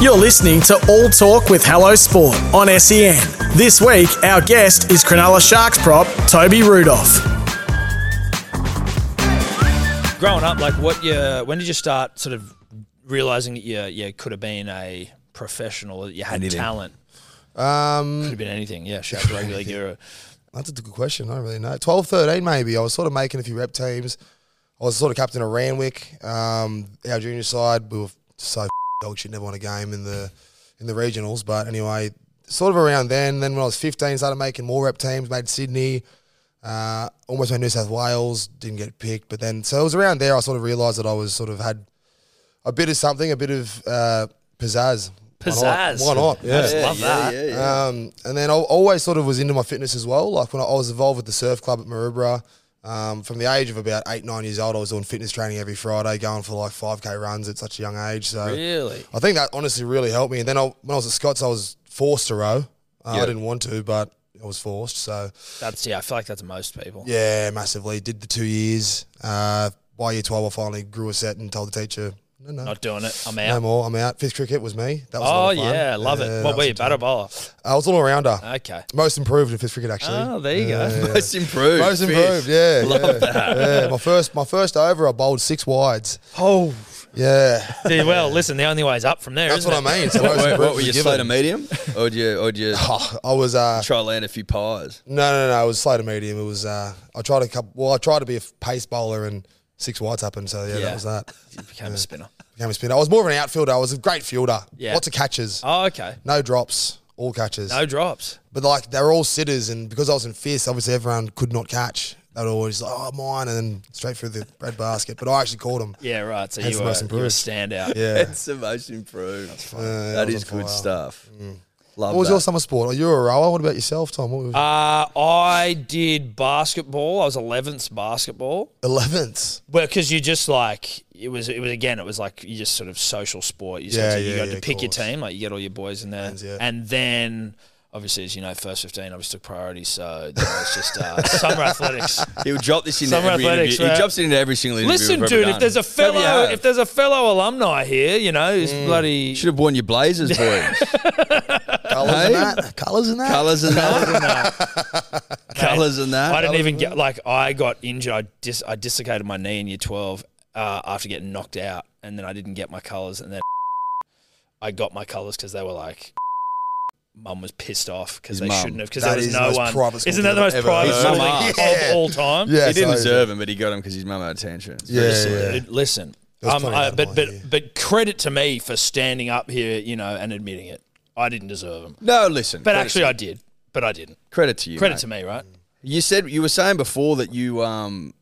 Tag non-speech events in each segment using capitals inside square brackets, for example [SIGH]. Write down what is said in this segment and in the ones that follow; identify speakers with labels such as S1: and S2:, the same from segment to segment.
S1: You're listening to All Talk with Hello Sport on SEN. This week, our guest is Cronulla Sharks prop Toby Rudolph.
S2: growing up, like what you, when did you start sort of realizing that you you could have been a professional, that you had
S3: Anything.
S2: talent? Could
S4: Um,
S2: have been anything. Yeah, shout out rugby league
S4: [LAUGHS]
S2: era.
S4: that's a good question. I don't really know. 12, 13 maybe. I was sort of making a few rep teams. I was sort of captain of Ranwick. Um, our junior side, we were so [LAUGHS] dog shit, never won a game in the in the regionals. But anyway, sort of around then. Then when I was 15, started making more rep teams. Made Sydney. Uh, almost made New South Wales. Didn't get picked. But then, so it was around there. I sort of realised that I was sort of had a bit of something, a bit of uh, pizzazz. Why not?
S2: Pizzazz.
S4: Why not?
S2: I just love that.
S4: Um, and then I always sort of was into my fitness as well. Like when I, I was involved with the surf club at Maroubra, um, from the age of about eight, nine years old, I was doing fitness training every Friday, going for like 5K runs at such a young age. So
S2: Really?
S4: I think that honestly really helped me. And then I, when I was at Scots, I was forced to row. Uh, I didn't want to, but I was forced. So
S2: That's yeah. I feel like that's most people.
S4: yeah, massively. Did the two years. Uh, by year 12, I finally grew a set and told the teacher, no, no.
S2: Not doing it. I'm
S4: no
S2: out.
S4: more. I'm out. Fifth cricket was me. That was a
S2: oh
S4: lot of fun.
S2: yeah, love
S4: Yeah,
S2: it.
S4: that
S2: What were
S4: was
S2: you
S4: a time.
S2: battle bowler?
S4: I was an all rounder.
S2: Okay.
S4: Most improved in fifth cricket, actually.
S2: Oh, there you go. [LAUGHS]
S3: Most improved.
S4: Most
S3: Fifth.
S4: improved, yeah. yeah, yeah. My first, my first over, I bowled six wides.
S2: Oh,
S4: Yeah,
S2: dude, well, listen. The only way is up from there.
S4: that's
S2: isn't
S4: what I
S2: it?
S4: mean. So
S3: What,
S4: most
S3: what,
S4: improved
S3: what were
S4: was
S3: you,
S4: given.
S3: slow
S4: [LAUGHS]
S3: to medium? Or would you, or would you
S4: Oh, I was uh,
S3: try to land a few pies?
S4: no, no, no. I was slow to medium. It was uh, I tried a couple. Well, I tried to be a f- pace bowler, and six wides happened. So yeah,
S2: Yeah.
S4: that was that.
S2: You became a spinner.
S4: Became a spinner. I was more of an outfielder. I was a great fielder.
S2: Yeah.
S4: lots of catches,
S2: Oh, okay.
S4: no drops, all catches.
S2: No drops.
S4: But like they were all sitters, and because I was in fifth, obviously everyone could not catch. They were always like, oh mine, and then straight through the bread basket. But I actually caught them.
S2: Yeah, right. So
S4: Hence
S2: you
S4: the
S2: were,
S4: most
S2: you were a
S4: improved.
S2: standout.
S4: Yeah.
S3: That's the most improved. That's
S4: Uh, yeah, I
S3: that
S4: was
S3: is
S4: on
S3: good
S4: fire. Mm.
S3: stuff. Love
S4: What was
S3: that.
S4: your summer sport? Are you a rower? What about yourself, Tom? What was
S2: Uh, I did basketball. I was 11th basketball.
S4: eleventh?
S2: Well, because you just like it was. It was again. It was like you just sort of social sport. You,
S4: Yeah,
S2: yeah, you
S4: yeah,
S2: got
S4: yeah,
S2: to
S4: of
S2: pick your
S4: course.
S2: team. Like you get all your boys in there,
S4: Friends, yeah.
S2: and then obviously, as you know, first fifteen obviously took priority. So you know, it's just uh, [LAUGHS] summer athletics.
S3: He'll drop this into
S2: Summer
S3: every
S2: athletics,
S3: interview. He
S2: right?
S3: drops it into every single interview.
S2: Listen,
S3: we've ever
S2: dude, if
S3: done.
S2: there's a
S3: Maybe you
S2: fellow,
S3: have.
S2: if there's a fellow alumni here, you know, who's
S4: Mm.
S2: bloody
S3: should have worn
S2: [LAUGHS]
S3: your blazers, boys.
S4: Colours
S3: Hey?
S4: and that. Colours and that.
S3: Colours and that. Colours and
S2: I
S3: Uh, that.
S2: didn't even get like I got injured. I dis I dislocated my knee in year twelve uh, after getting knocked out, and then I didn't get my colours, and then I got my colours because they were like. Mum was pissed off because
S3: His
S2: they
S3: mum.
S2: shouldn't have because
S4: That
S2: there was
S4: is the
S2: no
S4: most
S2: one.
S4: private school
S2: Isn't that the most
S4: thing I've ever
S2: private
S3: heard.
S2: schooling
S3: Mum.
S2: of all time?
S4: Yeah,
S3: He didn't
S4: so-
S3: deserve him, but he got him because his mum had a tantrum. It's very
S4: Yeah,
S3: silly.
S4: yeah.
S2: Dude, Listen,
S4: There was
S2: um,
S4: plenty
S2: I-
S4: of
S2: but
S4: them
S2: but
S4: like you.
S2: but credit to me for standing up here, you know, and admitting it. I didn't deserve them,
S3: No, listen.
S2: but
S3: credit
S2: actually
S3: to-
S2: I did. But I didn't.
S3: credit to you.
S2: Credit
S3: mate.
S2: to me, right?
S3: You said you were saying before that you um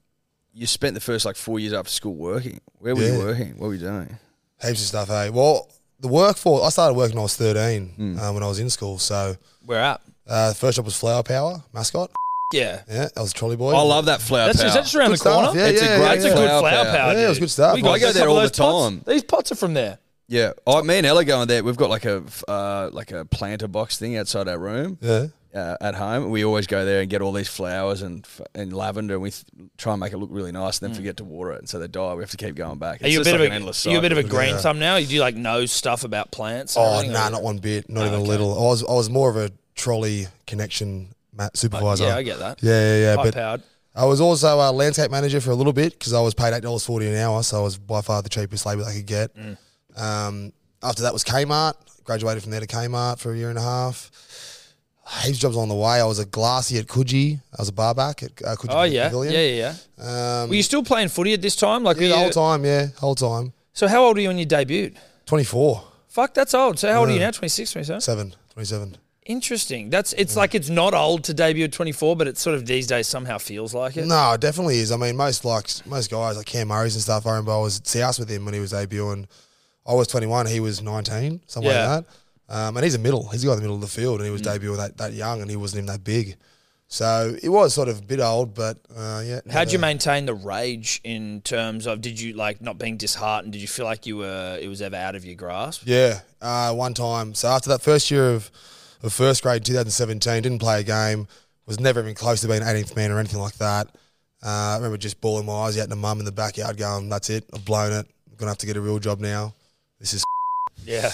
S3: you spent the first like four years after school working. Where were you
S4: Yeah.
S3: working? What were you doing?
S4: Heaps of stuff, hey. Well, the workforce, I started working when I was 13 uh, when I was in school. So,
S2: We're up.
S4: uh, first job was Flower Power, mascot.
S2: Yeah,
S4: Yeah, I was a trolley boy.
S3: I love that flower
S2: that's,
S3: power.
S2: that's just around
S4: Good
S2: the corner.
S4: stuff, yeah,
S3: It's a
S4: yeah,
S3: great
S4: yeah,
S2: That's a
S4: yeah.
S2: good
S3: flower
S2: flower,
S3: power.
S2: power.
S4: Yeah,
S2: dude.
S4: it was good stuff.
S2: We got
S4: I go
S2: a
S3: there
S2: couple
S3: all
S2: of
S3: the
S2: those
S3: time.
S2: Pots. These pots are from there.
S3: yeah. Oh, me and Ella go in there. We've got like a f- uh, like a planter box thing outside our room.
S4: Yeah.
S3: Uh, at home, we always go there and get all these flowers and f- and lavender, and we th- try and make it look really nice, and then forget to water it, and so they die. We have to keep going back. It's
S2: Mm. Are you a
S3: just
S2: bit
S3: like
S2: of
S3: an
S2: a
S3: endless
S2: are you a bit of a
S3: cycle.
S2: green thumb now? You do like know stuff about plants? and
S4: Oh,
S2: everything,
S4: no,
S2: or-
S4: not one bit. Not even a little. I was, I was more of a trolley connection ma- supervisor.
S2: Yeah, I get that.
S4: Yeah, yeah, yeah.
S2: High
S4: But
S2: powered.
S4: I was also a landscape manager for a little bit because I was paid eight dollars forty an hour, so I was by far the cheapest labour I could get.
S2: Mm.
S4: Um, after that was Kmart. Graduated from there to Kmart for a year and a half. Heaps of jobs on the way. I was a glassy at Coogee. I was a barback at uh, Coogee
S2: Oh yeah, yeah,
S4: Pavilion.
S2: yeah, yeah.
S4: Um,
S2: Were you still playing footy at this time? Like
S4: yeah, the
S2: were you-
S4: whole time. Yeah, whole time.
S2: So how old were you when you debuted?
S4: Twenty four,
S2: Fuck, that's old. So how old are you now? 26, 27?
S4: seven, twenty-seven.
S2: Interesting. That's it's like it's not old to debut at 24, but it sort of these days somehow feels like it.
S4: No, it definitely is. I mean, most like most guys like Cam Murray's and stuff. I remember I was at South with him when he was debuting. I was 21, he was 19, something
S2: Yeah. Mm.
S4: like that. Um, and he's a middle. He's the guy in the middle of the field, and he was debuting that, that young, and he wasn't even that big. So it was sort of a bit old, but uh, yeah.
S2: How'd you
S4: uh,
S2: maintain the rage in terms of did you like not being disheartened? Did you feel like you were it was ever out of your grasp?
S4: Yeah, uh, one time. So after that first year of, of first grade, 2017, didn't play a game, was never even close to being 18th man or anything like that. Uh, I remember just bawling my eyes out to mum in the backyard going, that's it, I've blown it. I'm going to have to get a real job now. This is
S2: Yeah,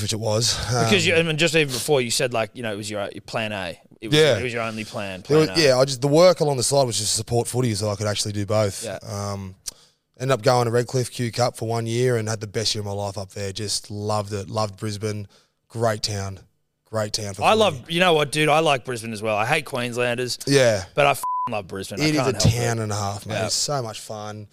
S4: which it was. Um,
S2: because you, I mean, just even before you said like you know it was your, your plan A. It was,
S4: Yeah.
S2: it was your only plan.
S4: It
S2: plan
S4: was-
S2: A.
S4: yeah, I just the work along the side was just support footy, so I could actually do both.
S2: Yeah.
S4: Um, ended up going to Redcliffe Q Cup for one year and had the best year of my life up there. Just loved it. Loved Brisbane. Great town. Great town. For
S2: I
S4: footy.
S2: love you know what, dude. I like Brisbane as well. I hate Queenslanders,
S4: Yeah,
S2: but I f- love Brisbane. I
S4: it is
S2: can't
S4: a
S2: help
S4: town and a half, man.
S2: Yeah.
S4: It's so much fun.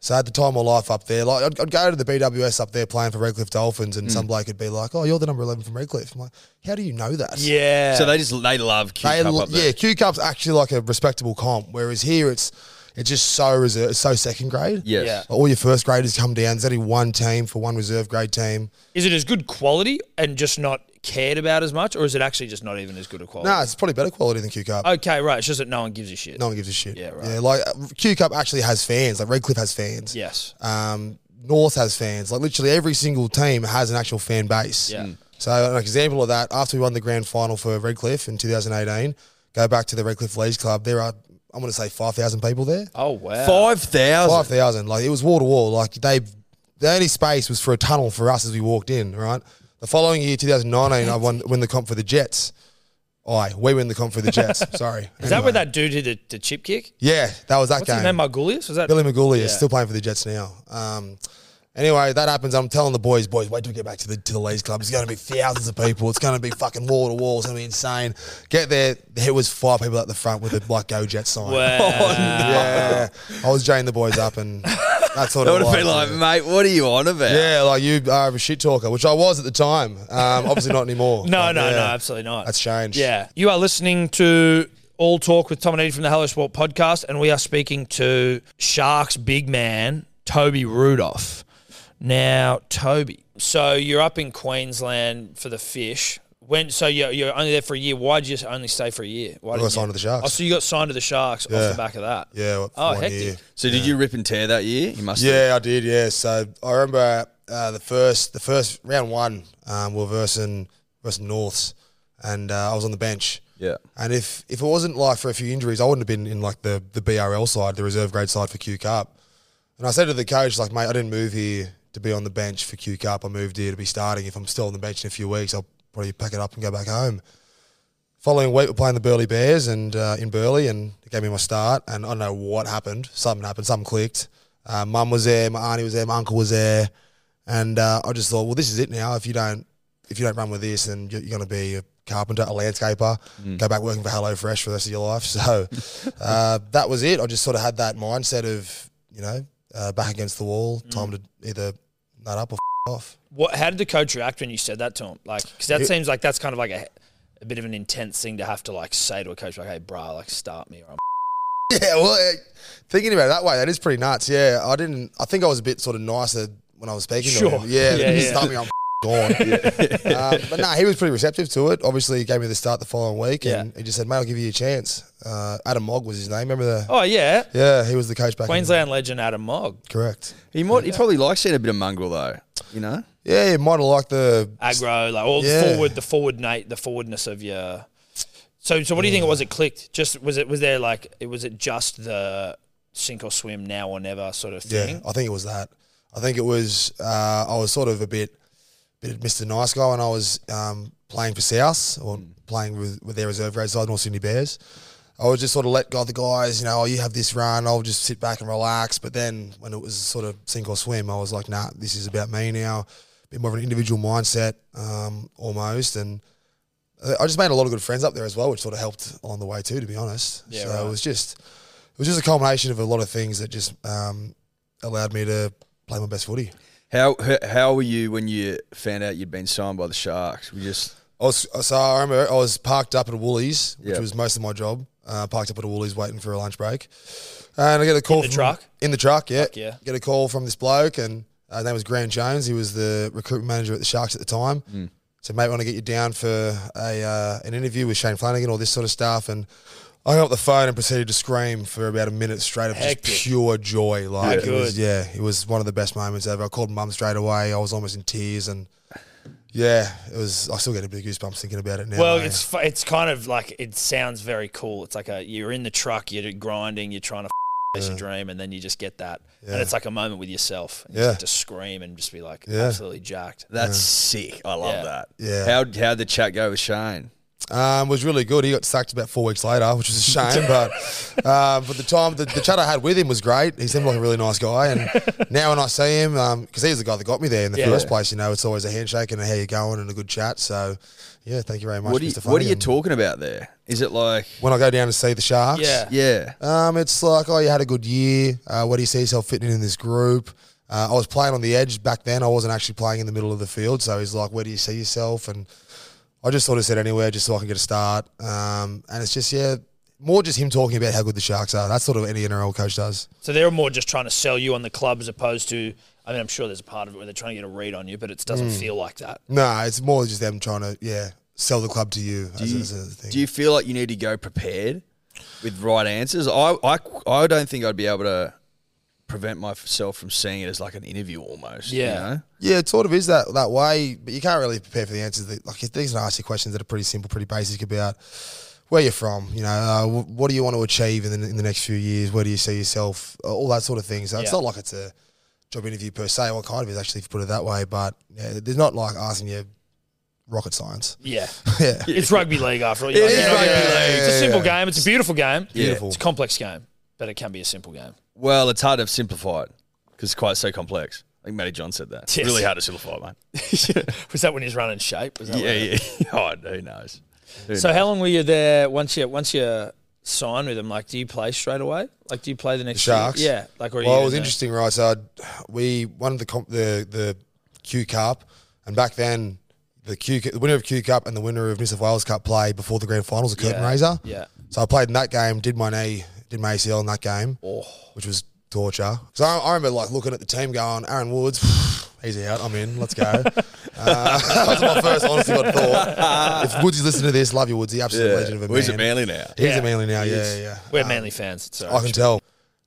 S4: So I had the time of my life up there. Like I'd, I'd go to the BWS up there playing for Redcliffe Dolphins,
S2: Mm.
S4: and some bloke would be like, "Oh, you're the number eleven from Redcliffe." I'm like, "How do you know that?"
S2: It. Yeah.
S3: So they just they love Q
S4: They
S3: Cup
S4: lo-
S3: up there. [LAUGHS]
S4: Yeah, Q Cup's actually like a respectable comp, whereas here it's it's just so reserve, it's so second grade.
S3: Yes.
S2: Yeah.
S4: All your first graders come down. There's only one team for one reserve grade team.
S2: is it as good quality and just not cared about as much, or is it actually just not even as good a quality?
S4: Nah, it's probably better quality than Q Cup.
S2: Okay, right. It's just that no one gives a shit.
S4: no one gives a shit.
S2: Oh, Yeah, right.
S4: Yeah, like uh, Q Cup actually has fans. Like Redcliffe has fans.
S2: Yes.
S4: Um, North has fans. Like literally every single team has an actual fan base.
S2: Yeah. Mm.
S4: So an example of that, after we won the grand final for Redcliffe in 2018, go back to the Redcliffe Leagues Club. There are I'm going to say 5,000 people there.
S2: Oh wow.
S3: Five
S4: five
S3: thousand.
S4: thousand. Like it was wall to wall. Like they, the only space was for a tunnel for us as we walked in. Right. The following year, 2019, I won win the comp for the Jets. I we win the comp for the Jets.
S2: [LAUGHS]
S4: Sorry.
S2: Is that where that dude did the, the chip kick?
S4: Yeah, that was that
S2: What's
S4: game.
S2: his name? Margulius? Was that?
S4: Billy McGooley is
S2: Yeah.
S4: still playing for the Jets now. Um, anyway, that happens. I'm telling the boys, boys, wait till we get back to the to the Leeds Club. It's going to be thousands of people. It's going to be fucking wall to wall. It's going to be insane. Get there. There was five people at the front with a like Go Jets sign.
S2: Wow.
S4: [LAUGHS] Yeah, I was jaying the boys up, and that's what
S3: That
S4: it
S3: would have
S4: was.
S3: been like,
S4: Yeah.
S3: mate, what are you on about?
S4: Yeah, like you are a shit talker, which I was at the time. Um, obviously not anymore.
S2: [LAUGHS] No,
S4: But
S2: no,
S4: yeah,
S2: no, absolutely not.
S4: That's changed.
S2: Yeah. You are listening to All Talk with Tom and Eddie from the Hello Sport podcast, and we are speaking to Sharks big man, Toby Rudolph. Now, Toby, so you're up in Queensland for the fish. When so you're, you're only there for a year. Why did you only stay for a year? Why
S4: I
S2: did
S4: got signed to the Sharks.
S2: Oh, so you got signed to the Sharks
S4: Yeah.
S2: off the back of that?
S4: Yeah. well,
S2: Oh,
S4: one
S2: hectic.
S4: year.
S3: So did you rip and tear that year? You must. have.
S4: Yeah, I did. Yeah, so I remember uh, the first the first round one um, we were versing versus Norths, and uh, I was on the bench.
S3: Yeah.
S4: And if if it wasn't like for a few injuries, I wouldn't have been in like the the BRL side, the reserve grade side for Q Cup. And I said to the coach, like, mate, I didn't move here to be on the bench for Q Cup. I moved here to be starting. If I'm still on the bench in a few weeks, I'll probably pack it up and go back home. Following week, we're playing the Burley Bears and uh, in Burley, and it gave me my start. And I don't know what happened. Something happened. Something clicked. Uh, Mum was there. My auntie was there. My uncle was there. And uh, I just thought, well, this is it now. If you don't, if you don't run with this, then you're, you're going to be a carpenter, a landscaper,
S2: Hmm.
S4: go back working for HelloFresh for the rest of your life. [LAUGHS] So uh, that was it. I just sort of had that mindset of, you know, uh, back against the wall.
S2: Hmm.
S4: Time to either nut up or [LAUGHS] f- off.
S2: What? How did the coach react when you said that to him? Like, because that
S4: It-
S2: seems like that's kind of like a, a bit of an intense thing to have to like say to a coach, like, "Hey, brah, like start me." Or I'm
S4: Yeah, well, eh, thinking about it that way, that is pretty nuts. Yeah, I didn't. I think I was a bit sort of nicer when I was speaking to
S2: Sure.
S4: him. Yeah,
S2: Yeah,
S4: yeah,
S2: yeah.
S4: me, I'm [LAUGHS]
S2: [LAUGHS]
S4: gone. um, but no, he was pretty receptive to it. Obviously, he gave me the start the following week, and he just said, "Mate, I'll give you a chance." Uh, Adam Mogg was his name. Remember the?
S2: Oh yeah,
S4: Yeah, he was the coach back in-
S2: Queensland legend Adam Mogg.
S4: correct.
S3: He might. He probably likes seeing a bit of mongrel though. You know.
S4: Yeah, he might have liked the.
S2: aggro, like all
S4: Yeah.
S2: the forward, the forward Nate, the forwardness of your. So, so what do you think it was? It clicked. Just was it? Was there like it? Was it just the sink or swim now or never sort of
S4: Yeah,
S2: thing?
S4: I think it was that. I think it was. Uh, I was sort of a bit, bit of Mr. Nice Guy when I was um, playing for South or
S2: Hmm.
S4: playing with, with their reserve grade side, North Sydney Bears. I would just sort of let go of the guys, you know, oh, you have this run, I'll just sit back and relax. But then when it was sort of sink or swim, I was like, nah, this is about me now. Bit more of an individual mindset um, almost. And uh, I I just made a lot of good friends up there as well, which sort of helped along the way too, to be honest.
S2: Yeah,
S4: so
S2: right.
S4: it was just, it was just a culmination of a lot of things that just um, allowed me to play my best footy.
S3: How h- how were you when you found out you'd been signed by the Sharks? We just
S4: I was so I remember I was parked up at a Woolies, which
S3: Yeah.
S4: was most of my job. Uh, parked up at a Woolies waiting for a lunch break, and I get a call
S2: the
S4: from-
S2: truck?
S4: In the truck, yeah.
S2: Fuck yeah.
S4: Get a call from this bloke, and uh, his name was Grant Jones. He was the recruitment manager at the Sharks at the time. So, mate, want to get you down for a uh, an interview with Shane Flanagan, all this sort of stuff. And I hung up the phone and proceeded to scream for about a minute straight of just
S2: Hectic.
S4: pure joy. Like
S2: Yeah.
S4: it was,
S2: Good.
S4: yeah, it was one of the best moments ever. I called mum straight away. I was almost in tears, and yeah, it was. I still get a bit of goosebumps thinking about it now.
S2: Well,
S4: eh?
S2: it's fu- it's kind of like it sounds very cool. It's like a you're in the truck, you're grinding, you're trying to f- chase your dream, and then you just get that,
S4: Yeah.
S2: and it's like a moment with yourself. And You
S4: Yeah.
S2: just have to scream and just be like
S4: Yeah.
S2: absolutely jacked.
S3: That's sick. I love
S2: Yeah.
S3: that.
S4: Yeah.
S3: How how'd the chat go with Shane?
S4: um, was really good. He got sacked about four weeks later, which was a shame.
S3: [LAUGHS]
S4: but um, but the time the, the chat I had with him was great. He seemed like a really nice guy, and
S3: [LAUGHS]
S4: now when I see him, because he was the guy that got me there in the
S2: Yeah.
S4: first place, you know, it's always a handshake and a how you going and a good chat. So yeah, thank you very much,
S3: What are you,
S4: Mr.
S3: what are you
S4: Flanagan.
S3: talking about there? Is it like
S4: When I go down to see the Sharks,
S2: Yeah.
S3: yeah?
S4: Um, it's like, oh, you had a good year. Uh, where do you see yourself fitting in this group? Uh, I was playing on the edge back then. I wasn't actually playing in the middle of the field. So he's like, where do you see yourself? And I just sort of said anywhere just so I can get a start. Um, and it's just, yeah, more just him talking about how good the Sharks are. That's sort of what any NRL coach does.
S2: So they're more just trying to sell you on the club as opposed to. I mean, I'm sure there's a part of it where they're trying to get a read on you, but it doesn't feel like that.
S4: No, it's more just them trying to, yeah, sell the club to you.
S3: Do
S4: as,
S3: you,
S4: as a thing.
S3: do you feel like you need to go prepared with right answers? I, I, I don't think I'd be able to prevent myself from seeing it as like an interview almost. you
S2: Yeah.
S3: know?
S4: Yeah, it sort of is that that way, but you can't really prepare for the answers. That, like these are nasty questions that are pretty simple, pretty basic about where you're from. You know, uh, wh- what do you want to achieve in the, in the next few years? Where do you see yourself? Uh, All that sort of thing. So it's
S2: Yeah.
S4: not like it's a job interview per se. Well, kind of is actually, if you put it that way. But yeah, they're not like asking you rocket science. [LAUGHS]
S2: Yeah.
S4: yeah,
S2: It's rugby league after all. It
S3: is rugby
S4: league.
S2: It's a
S4: Yeah,
S2: simple
S4: yeah.
S2: game. It's a beautiful game.
S4: Beautiful.
S2: It's a complex game, but it can be a simple game.
S3: Well, it's hard to simplify it because it's quite so complex. I think Matty John said [LAUGHS] that.
S2: Yes.
S3: Really hard to simplify, man.
S2: [LAUGHS] Was that when he's running shape? Was that
S3: yeah,
S2: when-
S3: yeah. [LAUGHS] oh, who knows? Who
S2: So
S3: knows?
S2: how long were you there once you once you sign with them? Like, do you play straight away? Like, do you play the next year?
S4: Sharks?
S2: Yeah, like, or are
S4: Well,
S2: you
S4: it was
S2: in there?
S4: interesting, right? So I'd, we won the comp, the the Q Cup, and back then the Q the winner of Q Cup and the winner of New South Wales Cup played before the grand finals, a curtain
S2: Yeah,
S4: raiser.
S2: yeah.
S4: So I played in that game, did my knee, did my ACL in that game, which was torture. So I, I remember like looking at the team, going, Aaron Woods. He's out. I'm in. Let's go. uh, [LAUGHS] that was my first honest to God thought. If Woodsy listened to this, love you, Woodsy. Absolute legend of a
S3: Well, he's
S4: man.
S3: at Manly now.
S4: He's
S2: Yeah.
S4: a manly now. Yeah, yeah. yeah.
S2: We're Manly fans. So
S4: I can tell.